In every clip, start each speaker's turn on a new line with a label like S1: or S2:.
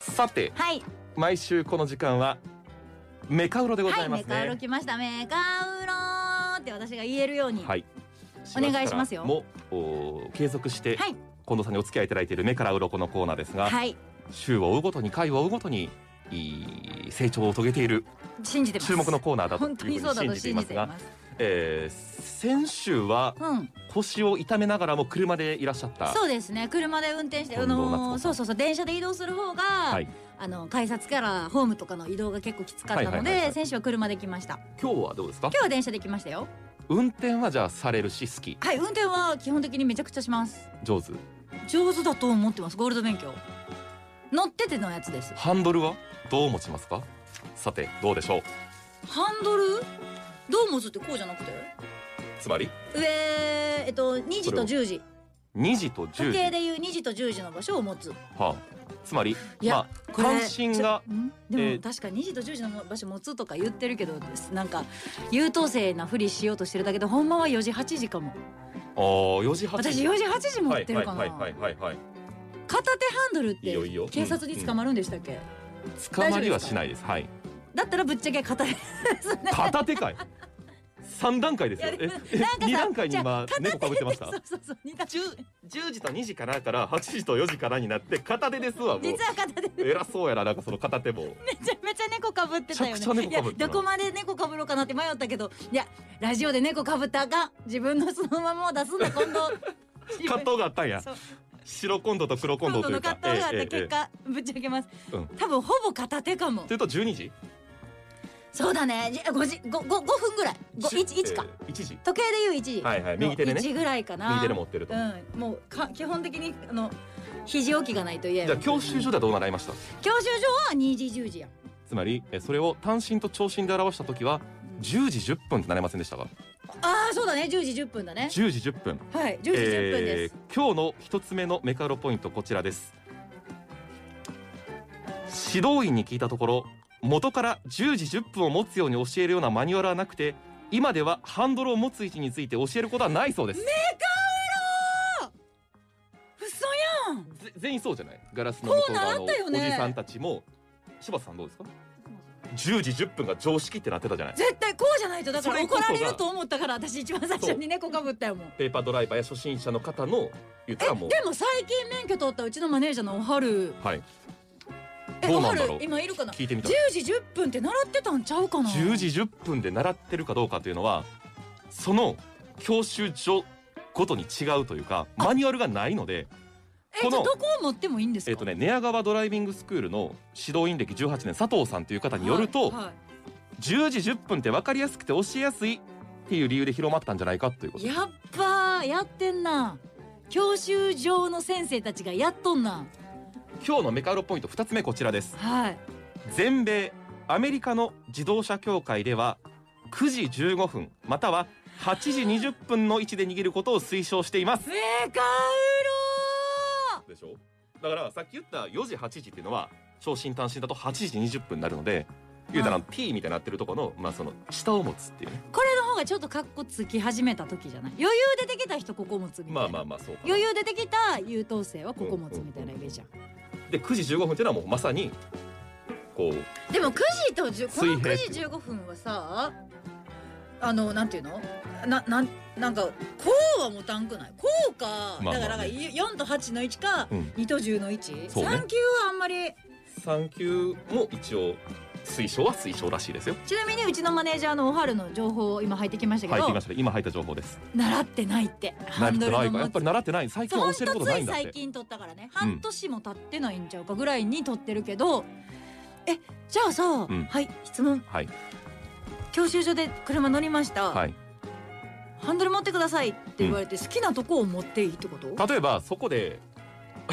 S1: さて
S2: はい
S1: 毎週この時間はメカウロでございますね
S2: はい、メカウロ来ましたメカウローって私が言えるように、
S1: はい
S2: お願いしますよ
S1: もお継続して
S2: はい
S1: 近藤さんにお付き合いいただいている目から鱗のコーナーですが、
S2: はい
S1: 週を追うごとに回を追うごとにいい成長を遂げている
S2: 信じてます
S1: 注目のコーナーだという
S2: 本
S1: ふ
S2: 当
S1: うに
S2: にそうだ
S1: 信
S2: と
S1: じてい
S2: 信
S1: ま
S2: じ
S1: す
S2: てい
S1: が
S2: ます
S1: えー先週は
S2: うん、
S1: 腰を痛めながらも車でいらっしゃった
S2: そうですね車で運転してあ
S1: 近藤夏子さ
S2: の
S1: ん
S2: そうそうそう電車で移動する方が、
S1: はい
S2: あの改札からホームとかの移動が結構きつかった
S1: はい
S2: の
S1: はいはいは
S2: で
S1: い
S2: 先週は車で来ました
S1: 今日はどうですか
S2: 今日は電車で来ましたよ
S1: 運転はじゃあされるし好き
S2: はい運転は基本的にめちゃくちゃします
S1: 上手
S2: 上手だと思ってますゴールド免許乗っててのやつです
S1: ハンドルはどう持ちますかさてどうでしょう
S2: ハンドルどう持つってこうじゃなくて
S1: つまり
S2: 上えっと2時と10時
S1: 2時と
S2: 時
S1: 10時
S2: 計でいう2時と10時の場所を持つ
S1: はあ、つまり
S2: いや
S1: まあ
S2: これ
S1: 関心が
S2: ちょんでも、
S1: えー
S2: 確か2時と10時の場所持つとか言ってるけどなんか優等生なふりしようとしてるだけでほんまは4時8時かも
S1: あー4時8時
S2: 私4時8時持ってるかな、
S1: はいはいはいはい、はい、
S2: 片手ハンドルっ
S1: いいよいいよ
S2: て警察に捕まるんでしたっけ、
S1: 捕まりはしないですはい
S2: だったらぶっちゃけ片手
S1: 片手かい3段階ですよ
S2: いや
S1: え
S2: でも
S1: え
S2: なんかさ
S1: 2段階に今
S2: じゃあ
S1: 猫かぶってまし
S2: そ
S1: た
S2: うそうそう 似た
S1: 10, 10時と2時からから8時と4時からになって片手ですわもう
S2: 実は片手で
S1: 偉そうやななんかその片手も
S2: めちゃめちゃ猫かぶってたよ
S1: め
S2: ね
S1: ちゃくちゃ猫かぶって
S2: い
S1: た
S2: や
S1: な
S2: どこまで猫かぶろうかなって迷ったけどいやラジオで猫かぶったらあかん自分のそのままを出すんだ今度
S1: 葛藤があったんや
S2: そう
S1: 白コンドと黒コン
S2: 今
S1: ドとい
S2: 度の
S1: うか
S2: 葛藤があっ
S1: ええ
S2: た
S1: ええ
S2: 結果ぶっちゃけます、
S1: うん
S2: 多分ほぼ片手かも
S1: というと12時
S2: そうだねじゃあ5時5 5分ぐらい
S1: ええ
S2: 1か、
S1: 1時
S2: 時計でいう1時
S1: はいはい右手でね
S2: 1ぐらいかな
S1: 右手で持ってると、
S2: うんもうか基本的にあの肘置きがないと嫌
S1: じゃ
S2: や
S1: あ教習所ではどう習いました
S2: 教習所は2時10時や
S1: つまりえそれを単身と長身で表した時は10時10分ってなれませんでしたか
S2: ああそうだね10時10分だね
S1: 10時10分
S2: はい10時10分です、
S1: えー今日の一つ目のメカロポイントこちらです指導員に聞いたところ元から10時10分を持つように教えるようなマニュアルはなくて今ではハンドルを持つ位置について教えることはないそうです、
S2: 嘘やん
S1: ぜ全員そうじゃないガラスの向こう側の
S2: こう習ったよ
S1: お
S2: ね
S1: じさんたちも柴田さんどうですか10時10分が常識ってなってたじゃない
S2: 絶対こうじゃないとだから
S1: それこ
S2: 怒
S1: そが
S2: られると思ったから私一番最初に猫かぶったよもん
S1: ペーパードライバーや初心者の方の言った
S2: え
S1: ら
S2: で
S1: もう
S2: も最近免許取ったうちのマネージャーのおはる
S1: はい
S2: え
S1: どう
S2: お
S1: な
S2: は
S1: んだ
S2: る
S1: ろう
S2: 今いるかな10
S1: 聞いてみた
S2: 時10分って習ってたんちゃうかな
S1: 10時10分で習ってるかどうかというのはその教習所ごとに違うというかマニュアルがないので
S2: え
S1: こ
S2: じ
S1: の
S2: ゃあどこを持ってもいいんですか
S1: えっとね寝屋川ドライビングスクールの指導員歴18年佐藤さんという方によると、
S2: はいは
S1: 10時10分って分かりやすくて教えやすいっていう理由で広まったんじゃないかというこ
S2: い
S1: と
S2: やっばーやってんな教習場の先生たちがやっとんな
S1: 今日のメカウロポイント2つ目こちらです
S2: はい
S1: 全米アメリカの自動車協会では9時15分または8時20分の位置で逃げることを推奨しています
S2: メカウロ
S1: でしょだからさっき言った4時8時っていうのは昇進単身だと8時20分になるので言うたら
S2: は
S1: T みたいになってるところの,、まあその下を持つっていうね
S2: ーこれの方がちょっとカッコつき始めた時じゃない余裕出てきた人ここ持つみたいな
S1: まあまあまあそうかな
S2: 余裕出てきた優等生はここ持つみたいなイメージじゃん、
S1: で9時15分っていうのはもうまさにこう
S2: でも9時と10この
S1: 水平
S2: 9時15分はさあのなんていうのななんなんかこうは持たんくないこうか、
S1: まあまあね
S2: だから4と8の1か、
S1: うん
S2: 2と10の1、
S1: そうね
S2: 3級はあんまり
S1: 3級も一応推奨は推奨らしいですよ
S2: ちなみにうちのマネージャーのおはるの情報を今入ってきましたけ
S1: 入って
S2: ど
S1: きましたね今入った情報です
S2: 習ってないってハンドル
S1: 習って
S2: の
S1: ないかや
S2: 持
S1: っぱ
S2: つ
S1: り習ってない最近
S2: そう
S1: は
S2: ほ
S1: 教えるこ
S2: ん
S1: とと
S2: つ
S1: ない
S2: い
S1: んだっ
S2: 最
S1: て
S2: 近取ったからね半年も経ってないんちゃうかぐらいに取ってるけど、えじゃあさ、
S1: ん
S2: はい質問
S1: はい
S2: 教習所で車乗りました、
S1: はい
S2: ハンドル持ってくださいって言われて、好きなとこを持っていいってことは
S1: 例えばそこで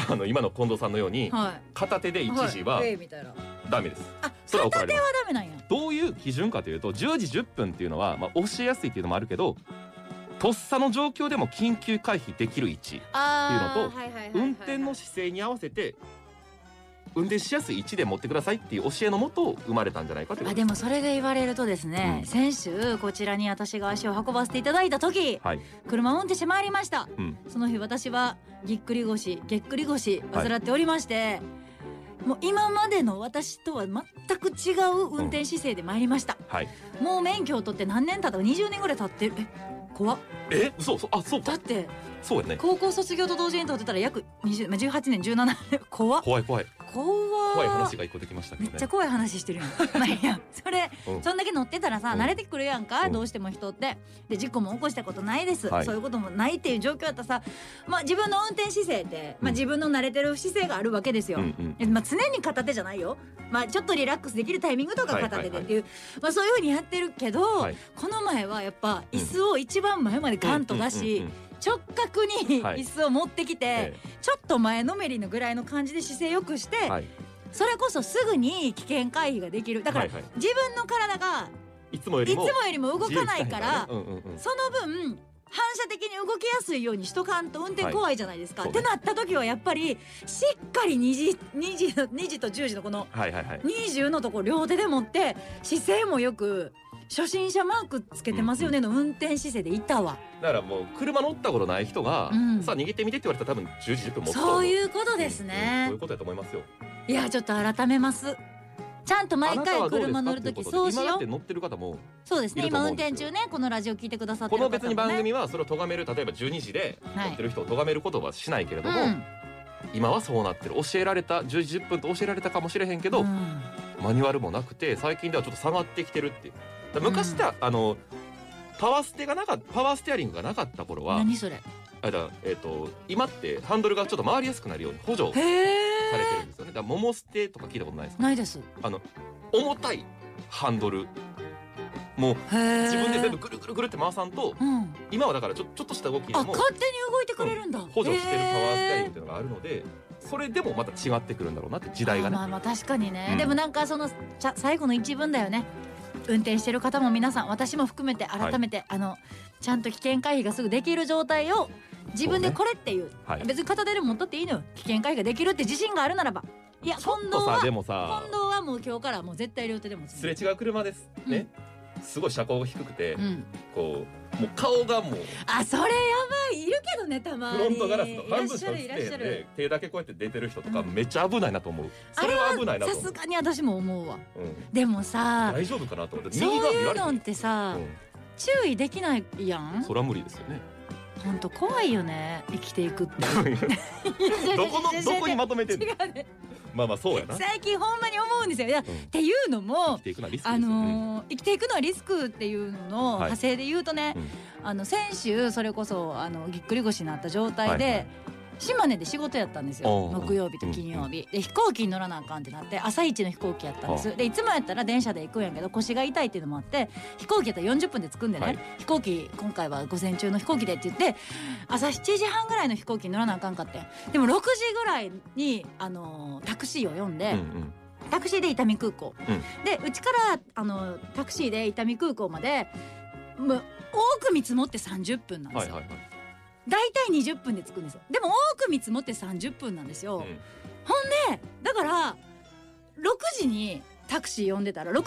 S1: あの今の近藤さんのように
S2: い、
S1: 片手で1時はい
S2: ええみたいな
S1: ダメです
S2: あ
S1: それは怒られます
S2: ダメなんや
S1: どういう基準かというと10時10分っていうのは、まあ、教えやすいっていうのもあるけどとっさの状況でも緊急回避できる位置
S2: あ
S1: ー
S2: ーはいはいはいはいはい
S1: 運転の姿勢に合わせて運転しやすい位置で持ってくださいっていう教えのもと生まれたんじゃないかというこ
S2: あ
S1: とで
S2: でもそれで言われるとですね、
S1: うん
S2: 先週こちらに私が足を運ばせていただいた時、
S1: はい
S2: 車を運転してまいりました、
S1: うん
S2: その日私はぎっくり腰げっくり腰
S1: はい
S2: 患っておりまして、もう今までの私とは全く違う運転姿勢で参りました、
S1: はい
S2: もう免許を取って何年経ったか20年ぐらい経ってるえ怖っ
S1: えそうそうあそう
S2: だ
S1: か
S2: って
S1: そうやね
S2: 高校卒業と同時に取ってたら約20、まあ、18年17年 怖っ
S1: 怖い怖い
S2: 怖っ
S1: 怖い話が一個できましたけ
S2: めっ
S1: ど
S2: ちゃ
S1: ね
S2: 怖い話してる やんまあいいやそれ、
S1: うん
S2: そんだけ乗ってたらさ
S1: うん
S2: 慣れてくるやんか、
S1: うん
S2: どうしても人ってで事故も起こしたことないです、
S1: はい
S2: そういうこともないっていう状況だったらさ、まあ、自分の運転姿勢って、まあ、
S1: うん
S2: 自分の慣れてる姿勢があるわけですよ、
S1: うんうん
S2: えまあ、常に片手じゃないよ、まあ、ちょっとリラックスできるタイミングとか
S1: はい
S2: 片手でっていう、まあ、そういうふうにやってるけど、
S1: はい
S2: この前はやっぱ椅子を一番前までガンと出
S1: うん
S2: し、
S1: うんうん
S2: 直角に
S1: はい
S2: 椅子を持ってきて、
S1: え
S2: ちょっと前のめりのぐらいの感じで姿勢よくして、
S1: えはい
S2: それこそすぐに危険回避ができるだから、
S1: はいはい
S2: 自分の体が
S1: いつもよ
S2: いつ
S1: り
S2: も
S1: も
S2: よりも動かないか
S1: 自由自在だ
S2: ら、
S1: ねうんうんうん
S2: その分反射的に動きやすいようにしとかんと運転怖いじゃないですか。
S1: はい
S2: ってなった時はやっぱりしっかり2時 ,2 時の2時と10時のこの
S1: はいはいはい
S2: 20のとこ両手で持って姿勢もよく初心者マークつけてますよねの運転姿勢でいたわ、
S1: だからもう車乗ったことない人が、
S2: うん
S1: さあ逃げてみてって言われたら多分10時10分持つと思
S2: そう
S1: う
S2: いうことです
S1: うんうん
S2: ね
S1: そういう、ことだと思いますよ
S2: いやちょっと改めますちゃんと毎
S1: あなた
S2: 回
S1: はどうですか
S2: 車乗る
S1: ってい
S2: 時
S1: ことで
S2: そうし
S1: 今だっ
S2: よ
S1: て
S2: う
S1: 乗ってる方も
S2: そうですね
S1: いると
S2: 今
S1: 思
S2: 運
S1: うんですよ
S2: 転中ねこのラジオ聞いてくださって
S1: この
S2: る方も
S1: 別
S2: ね
S1: に番組はそれを咎める例えば12時で
S2: はい
S1: 乗ってる人を咎めることはしないけれども、
S2: うん
S1: 今はそうなってる教えられた10時10分と教えられたかもしれへんけど、
S2: うん
S1: マニュアルもなくて最近ではちょっと下がってきてるっていうだから昔だ、あのパワーステがなかったパワーステアリングがなかった頃は
S2: 何それ
S1: あだからえっ、と今ってハンドルがちょっと回りやすくなるように補助
S2: へ
S1: されてる
S2: え
S1: んですよねだから桃捨てとか聞いたことないですか
S2: ないですへ
S1: 重たいハンドルもう
S2: え
S1: 自分で全部ぐるぐるぐるって回さんと
S2: うん
S1: 今はだからちょちょっとした動きで
S2: あ
S1: も
S2: 勝手に動いてくれるんだ、
S1: 補助してるパワーステアリングっ
S2: へ
S1: ていうのがあるのでそれでもまた違ってくるんだろうなって時
S2: あ
S1: 代がね
S2: まあまあ確かにね、
S1: うん
S2: でもなんかそのちゃ最後の一文だよね運転してる方も皆さん私も含めて改めて、あのちゃんと危険回避がすぐできる状態を自分でこれっていう
S1: はい
S2: 別に片手でも持っとっていいのよ危険回避ができるって自信があるならばいや
S1: ちょ
S2: 近
S1: っ
S2: 藤
S1: とさ
S2: は
S1: でも
S2: 近
S1: さ
S2: 藤はもう今日からもう絶対両手で持つ
S1: すれ違う車ですねすごい車高が低くて
S2: うん、
S1: こうもう顔がもう
S2: あそれやばいいるけどねたまに
S1: フロントガラスの半
S2: いら
S1: 分
S2: っ
S1: し
S2: し
S1: か
S2: ゃ
S1: 映っ
S2: るいらってし
S1: へ
S2: ゃ
S1: ん
S2: る
S1: で手だけこうやって出てる人とか
S2: うん
S1: めっちゃ危ないなと思うそれは危ないなと
S2: さ
S1: 思
S2: す
S1: う
S2: がに私も思うわ
S1: うん
S2: でもさ
S1: 大丈夫かなと思って右
S2: そう
S1: が見
S2: い
S1: られ
S2: う
S1: て
S2: のっ
S1: る
S2: てさ、注意できないやん
S1: うんそれは無理ですよね
S2: ほんと怖いよね生きていくって
S1: どこのどこにまとめてんの
S2: 違うね
S1: まあまあそうやな。
S2: 最近ほんまに思うんですよいやっ
S1: うん
S2: ていうのも
S1: 生きていくのはリスク
S2: あ
S1: ですよね。
S2: のー生きていくのはリスクっていうのの
S1: はい
S2: 派生で言うとね、
S1: うん
S2: あの先週それこそあのぎっくり腰になった状態で、
S1: はいはい
S2: 島根で仕事やったんですよ
S1: おう
S2: 木曜日と金曜日、で飛行機に乗らなあかんってなって朝一の飛行機やったんで
S1: は
S2: すでいつもやったら電車で行くんやけど腰が痛いっていうのもあって飛行機やったら40分で着くんでね、
S1: はい
S2: 飛行機今回は午前中の飛行機でって言って朝7時半ぐらいの飛行機に乗らなあかんかってでも6時ぐらいに、あのータクシーを呼んで。
S1: うん
S2: タクシーで伊丹空港、
S1: うん
S2: でうちからあのタクシーで伊丹空港までもう多く見積もって30分な
S1: う
S2: ん
S1: ん。
S2: で
S1: は
S2: す
S1: い
S2: よ、
S1: はいはい。
S2: 大体20分で着くんですよでも多く見積もって30分なんですよ、
S1: うん
S2: ほんでだから6時にタクシー呼んでたら6時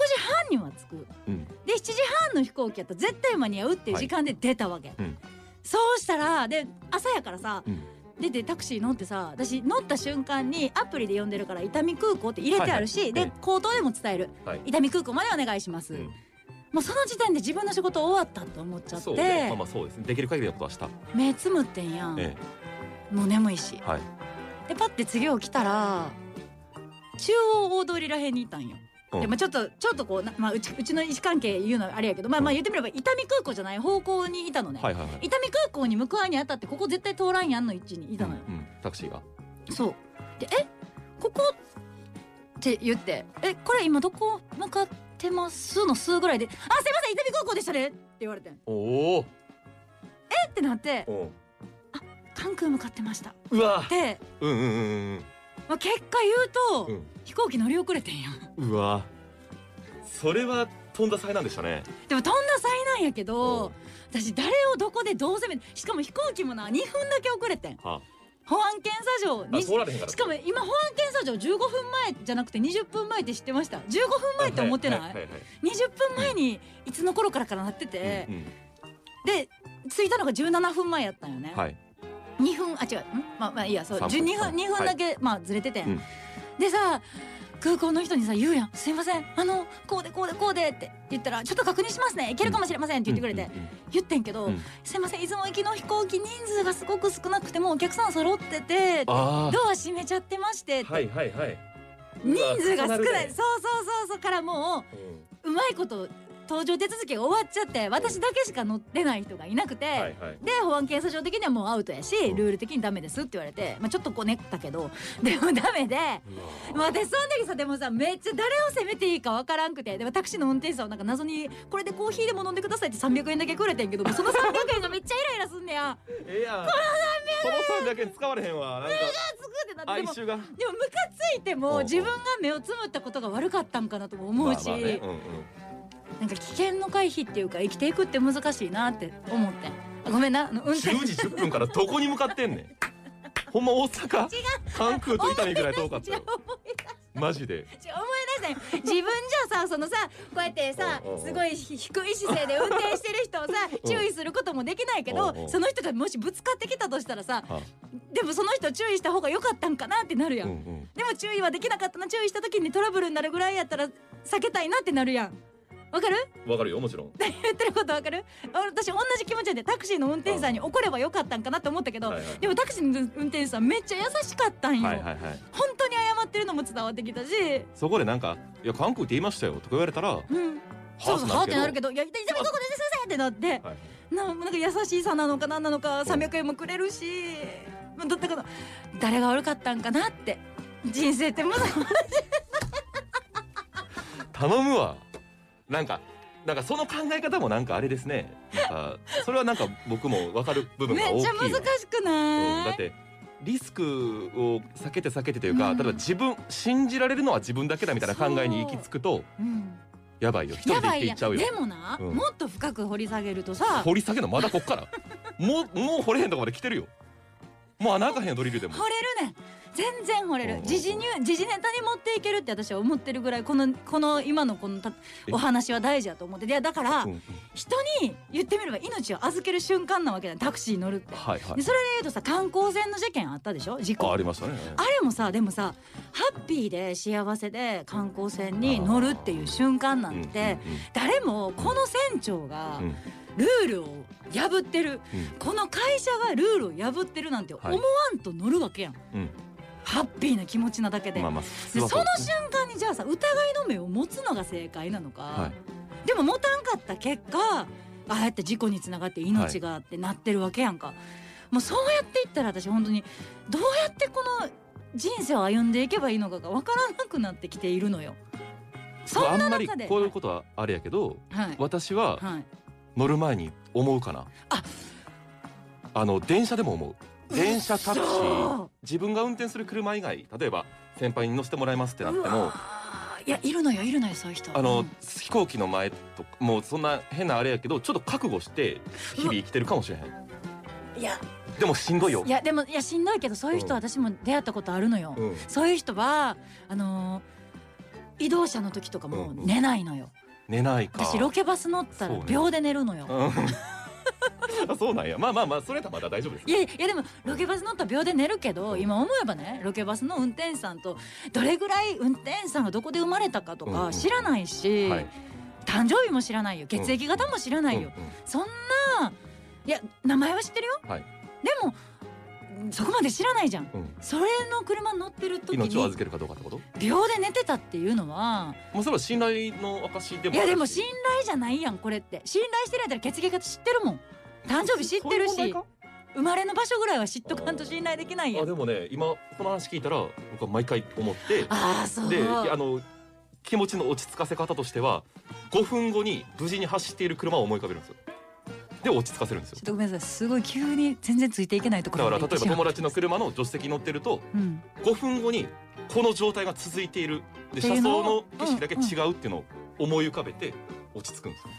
S2: 半には着く
S1: うん
S2: で7時半の飛行機やったら絶対間に合うっていう時間で出たわけ、
S1: うん
S2: そうしたらで朝やからさ、
S1: うん
S2: 出てタクシー乗ってさ私乗った瞬間にアプリで呼んでるから伊丹空港って入れてあるし、
S1: はいはい
S2: で
S1: え
S2: 口頭でも伝える、
S1: はい
S2: 伊丹空港までお願いします、
S1: うん
S2: もうその時点で自分の仕事終わったって思っちゃっ
S1: そ
S2: て、
S1: うね。まあまあそうですね。できる限りのことはした。
S2: 目つむってんやん、
S1: え
S2: もう眠いし
S1: えはい。
S2: でパッて次起きたら中央大通りらへんにいたんよ。
S1: うん
S2: でまあ、ちょっとちょっとこうな、まあ、うちうちの位置関係言うのはあれやけど、まあ、まあ言ってみれば伊丹空港じゃない方向にいたのね、
S1: はいはいはい。
S2: 伊丹空港に向かうにあたってここ絶対通らんやんの位置にいたのよ、
S1: うんうんタクシーが。
S2: そうでえここって言ってえこれ今どこ向かってますの数ぐらいで「あすいません伊丹空港でしたね」って言われてん
S1: おお。
S2: えってなって
S1: うん
S2: 関空向かってました
S1: うわ。
S2: で、
S1: うんうんうん
S2: まあ、結果言うと、
S1: うん
S2: 飛行機乗り遅れてんやん
S1: うん。うわ。それは飛んだ災難でしたね。
S2: でもとんだ災難やけ
S1: う
S2: ど
S1: ん
S2: 私誰をどこでどう責めしかも飛行機もな2分だけ遅れてん
S1: は
S2: 保安検査場
S1: あ。
S2: に
S1: あ通られへんから。
S2: しかも今保安検査場15分前じゃなくて20分前って知ってました15分前って思ってない、
S1: はいはいはいは
S2: 20分前にいつの頃からからなってて
S1: い。う、ん
S2: で着いたのが17分前やったんよね、
S1: うんはい。
S2: 2分あ違うんまあまあいいやそう
S1: 三分
S2: 12分
S1: はい
S2: 2分だけ、まあずれてて、
S1: うん
S2: でさ空港の人にさ言うやん「すいませんあのこうでこうでこうで」って言ったら「ちょっと確認しますねいけるかもしれません」って言ってくれて、
S1: うんうん
S2: 言ってんけど、
S1: うん
S2: すいません出雲行きの飛行機人数がすごく少なくてもうお客さん揃っててド
S1: あ
S2: ア閉めちゃってまして、
S1: あはいはいはい
S2: 人数が少
S1: うわ重
S2: な
S1: ないるね
S2: そうそうそうそうからも
S1: うん
S2: ううまいこと搭乗手続きが終わっちゃって私だけしか乗ってない人がいなくて、
S1: はいはい
S2: で保安検査場的にはもうアウトやし
S1: ん
S2: ルール的にダメですって言われて、まあ、ちょっとこうねったけどでもダメで。まあ、私その時さでもさめっちゃ誰を責めていいかわからんくてでもタクシーの運転手さんはなんか謎に「これでコーヒーでも飲んでください」って300円だけくれてんけどもうその300円がめっちゃイライラすんねや。
S1: ええやんこの300円使われへんわなんか
S2: つくってなってで
S1: 哀
S2: も
S1: 愁が
S2: でもムカついて
S1: うんう
S2: も
S1: ん
S2: 自分が目をつむったことが悪かったんかなとも思うし、
S1: まあまあねうんうん
S2: なんか危険の回避っていうか生きていくって難しいなって思ってあごめんなあの運転
S1: 10時10分からどこに向かってんね んほんま大阪関空と伊丹ぐらい遠か った
S2: 違う
S1: よマジで
S2: 違う思い出せん自分じゃさそのさこうやってさ
S1: おうおうおう
S2: すごい低い姿勢で運転してる人をさ
S1: うん
S2: 注意することもできないけ
S1: おうお
S2: ど
S1: う
S2: その人がもしぶつかってきたとしたらさ
S1: あ
S2: でもその人を注意した方が良かったんかなってなるや
S1: うん
S2: ん、
S1: うん
S2: でも注意はできなかったな注意した時にトラブルになるぐらいやったら避けたいなってなるやんわかる
S1: わかるよもちろん
S2: 言ってることわかるあ私同じ気持ちでタクシーの運転手さんに怒ればよかったんかなって思ったけど、
S1: はいはい
S2: でもタクシーの運転手さんめっちゃ優しかったんよ、
S1: はいはいはい
S2: 本当に謝ってるのも伝わってきたし、
S1: そこでなんか「いや関空って言いましたよ」とか言われたら
S2: うん、そうそうはーってなるけど「いやでもどこです先生!」ってなって
S1: ど、はい
S2: ななんか優しさなのか何なのか
S1: ん
S2: 300円もくれるしまあだったから誰が悪かったんかなって人生ってまだ
S1: 頼むわなんかなんかその考え方もなんかあれですねなんかそれはなんか僕も分かる部分
S2: め
S1: が
S2: っ
S1: 大き
S2: ち
S1: い
S2: ゃ
S1: わ
S2: 難しく
S1: うん
S2: な
S1: だっ
S2: い、
S1: てリスクを避けて避けてというか、
S2: うん
S1: 例えば自分信じられるのは自分だけだみたいな考えに行き着くと
S2: うん
S1: やばいよ一
S2: や
S1: 人で行
S2: ば
S1: って
S2: い
S1: い
S2: や
S1: っちゃうよ
S2: でもな、
S1: うん
S2: もっと深く掘り下げるとさ
S1: 掘り下げるのまだこっからもうもう掘れへんとこまで来てるよもう穴開かへんよドリルでも
S2: 掘れるねん全然掘れ
S1: うんう
S2: る
S1: んうん
S2: 時事ニュー時事ネタに持っていけるって私は思ってるぐらいこのこの今のこのた
S1: え
S2: お話は大事だと思っていやだから、
S1: うんうん
S2: 人に言ってみれば命を預ける瞬間なわけだタクシー乗るって。
S1: はいは
S2: で
S1: い
S2: それで言うとさ観光船の事件あったでしょ事故
S1: ああ
S2: あ
S1: りましたね
S2: れもさでもさハッピーで幸せで観光船に乗るっていう瞬間なんて誰もこの船長が
S1: うんうんうん
S2: ルールを破ってる
S1: うん
S2: この会社がルールを破ってるなんて思
S1: はい
S2: わんと乗るわけやん、
S1: うん
S2: ハッピーな気持ちなだけで,、
S1: まあまあ
S2: でその
S1: 瞬
S2: 瞬間にじゃあさ疑いの目を持つのが正解なのか、
S1: はい
S2: でも持たんかった結果ああやって事故につながって命がってなってるわけやんか、もうそうやっていったら私本当にどうやってこの人生を歩んでいけばいいのかが分からなくなってきているのよ。そん
S1: あ
S2: なん
S1: まり
S2: 中で
S1: こういうことはあれやけど、
S2: はい、
S1: 私は
S2: はい、
S1: 乗る前に思うかな
S2: あ
S1: あの電車でも思う電車タクシー
S2: 嘘
S1: 自分が運転する車以外例えば先輩に乗せてもらいますってなって
S2: う
S1: も
S2: わーいやいるのよいるのよそういう人
S1: あの、
S2: うん
S1: 飛行機の前とかもうそんな変なあれやけどちょっと覚悟して日々生きてるかもしれへん
S2: いや
S1: でもしんどいよ
S2: いやでもいやしんどいけどそういう人
S1: うん
S2: 私も出会ったことあるのよ、
S1: うん
S2: そういう人はあのー移動車の時とかも
S1: うんうん
S2: 寝ないのよ、
S1: 寝ないか
S2: 私ロケバス乗った
S1: そう
S2: ら
S1: ね
S2: 秒で寝るのよ、
S1: うんあそうなんや まあまあまあそれとまだ大丈夫です
S2: いやいやでもロケバス乗ったら秒で寝るけど、
S1: うん
S2: 今思えばねロケバスの運転手さんとどれぐらい運転手さんがどこで生まれたかと
S1: うんう
S2: か
S1: ん
S2: 知らないし、
S1: はい
S2: 誕生日も知らないよ血液型も知らないよ、
S1: うんうん
S2: そんないや名前は知ってるよ、
S1: はい
S2: でもそこまで知らないじゃん
S1: うん
S2: それの車乗ってる時
S1: 命を預
S2: に
S1: けるかどうかってこと
S2: 秒で寝てたっていうのは
S1: もうそれは信頼の証でも
S2: い
S1: あ
S2: や
S1: るし
S2: でも信頼じゃないやんこれって信頼してるやったら血液型知ってるもん誕生日知ってる
S1: そういう問題
S2: し
S1: か
S2: 生まれの場所ぐらいは知っとかんと信頼できないや
S1: あ
S2: ん
S1: でもね今この話聞いたら僕は毎回思って
S2: ああそう
S1: であの気持ちの落ち着かせ方としては5分後に無事に走っている車を思い浮かべるんですよで落ち着かせるんですよ
S2: ちょっとごめんなさいすごい急に全然ついていけないとこ
S1: だ
S2: ろ
S1: か
S2: ま
S1: ら
S2: で
S1: 例えば
S2: 行ってしま
S1: 友
S2: う
S1: 達の車の助手席に乗ってると
S2: うん
S1: 5分後にこの状態が続いているで
S2: って
S1: 車
S2: いう
S1: 窓
S2: のを
S1: の景色だけ違うっていうのを思い浮かべて落ち着くんですよ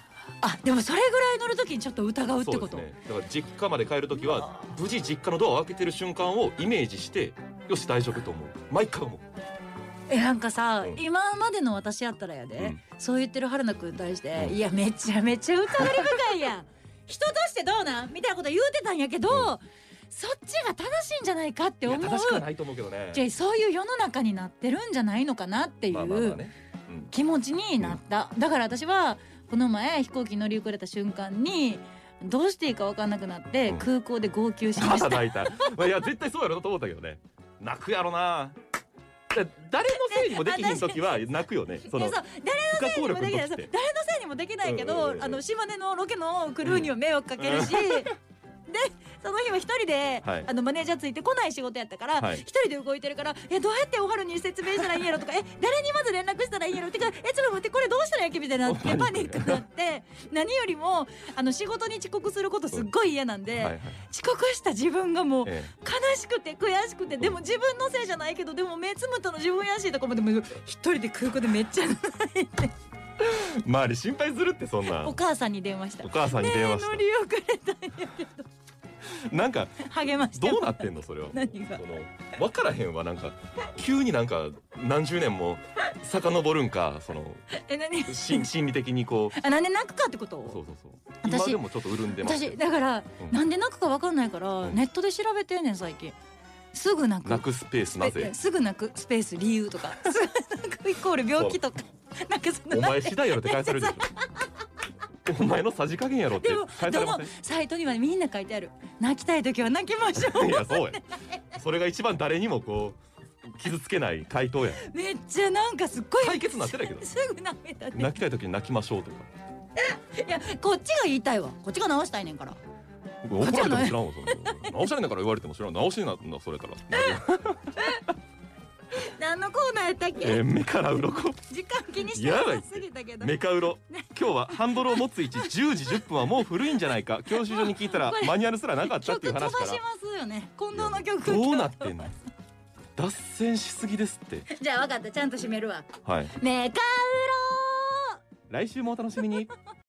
S2: あでもそれぐらい乗る時にちょっと疑うっ
S1: そ
S2: て
S1: うで
S2: こ
S1: す
S2: と
S1: ねだから実家まで帰る時は無事実家のドアを開けてる瞬間をイメージしてよし大丈夫と思う毎回思う
S2: えなんかさ、
S1: うん
S2: 今までの私やったらやで、
S1: うん
S2: そう言ってる春菜くんに対して、
S1: うん
S2: いや めちゃめちゃ疑り深いやん人としてどうなんみたいなこと言うてたんやけど、そっちが正しいんじゃないかって
S1: いや
S2: 思う
S1: 正しくはないと思うけどね。
S2: じゃあそういう世の中になってるんじゃないのかなってい
S1: まあまあまあ
S2: う
S1: ね。 うん
S2: 気持ちになった、だから私はこの前飛行機乗り遅れた瞬間にどうしていいか分かんなくなって
S1: うん
S2: 空港で号泣しまし
S1: 肩
S2: た、
S1: 抱いた。まあいや絶対そうやろうなと思ったけどね。泣くやろな。だ誰のせいにもできひん時は泣くよね。 そ
S2: い
S1: の
S2: やそう誰
S1: 不可抗
S2: にも
S1: 力の
S2: で
S1: 時
S2: きない
S1: っ
S2: そう
S1: て。
S2: 誰のせいにもできないけ
S1: うんうん
S2: ど、
S1: うんうん
S2: あの島根のロケのクルーには迷惑かけるし、 でその日は一人で、
S1: はい
S2: あのマネージャーついてこない仕事やったから、
S1: はい
S2: 一人で動いてるからえどうやっておはるに説明したらいいんやろとかえ誰にまず連絡したらいいんやろってかえちょっと待ってこれどうしたらいいっけみたいなって
S1: ほんま
S2: パ
S1: に
S2: ニックになって何よりもあの仕事に遅刻することすっごい嫌なんで、
S1: はいはい。
S2: 遅刻した自分がもう
S1: え
S2: 悲しくて悔しくてでも自分のせいじゃないけどでも目つむったの自分やしとかもでも一人で空港でめっちゃ泣いて
S1: え周り心配するってそんな
S2: お。母さんに電話した
S1: お。母さんに
S2: ね
S1: 電
S2: え
S1: 話し
S2: 乗り遅れたんやけど
S1: た。なんか
S2: 励まして
S1: どうな
S2: も
S1: ってんのそれは。
S2: 何 が
S1: その分からへんわなんか急になんか何十年も遡るんかその
S2: え何
S1: 心心理的にこう。
S2: あなんで泣くかってこ
S1: そ
S2: と
S1: うそうそう。
S2: 私
S1: 今でもちょっと潤んでますけど。
S2: 私だから、
S1: うん
S2: なんで泣くかわかんないから、
S1: うん
S2: ネットで調べてんねん最近すぐ泣く
S1: 泣くスペースな
S2: えい
S1: ぜ
S2: や。すぐ泣くスペース理 由とかすぐ泣くイコール病気とかなんかその
S1: お前次第やろって返されるでしょ。お前のさじ加減やろって
S2: でも
S1: 返さ
S2: ど
S1: れま
S2: の
S1: せん。
S2: サイトにはみんな書いてある泣きたい時は泣きましょ
S1: いやそうや。それが一番誰にもこう傷つけない回答や。
S2: うめっちゃなんかすっごい
S1: 解決なってないけど
S2: すぐ涙出て
S1: 泣きたい時に泣きましょうとか。
S2: いやこっちが言いたいわこっちが直したいねんから
S1: 怒られても知らんわ。その直されんだから言われても知らん。直しななそれたら。
S2: 何のコーナーやったっけ、
S1: えー目から鱗。
S2: 時間気にしてなさすぎたけど
S1: メカウ ロ今日はハンドルを持つ位置10時10分はもう古いんじゃない か教習所に聞いたら
S2: これ
S1: マニュアルすらなかったっ
S2: 曲
S1: ていう
S2: 飛ば
S1: 話
S2: し
S1: か
S2: ま
S1: ら
S2: すよね近藤の曲
S1: どうなってんの脱線しすぎですって
S3: じ ゃあ分かったちゃんと締めるわ
S1: はい
S2: メカウロ
S1: 来週もお楽しみに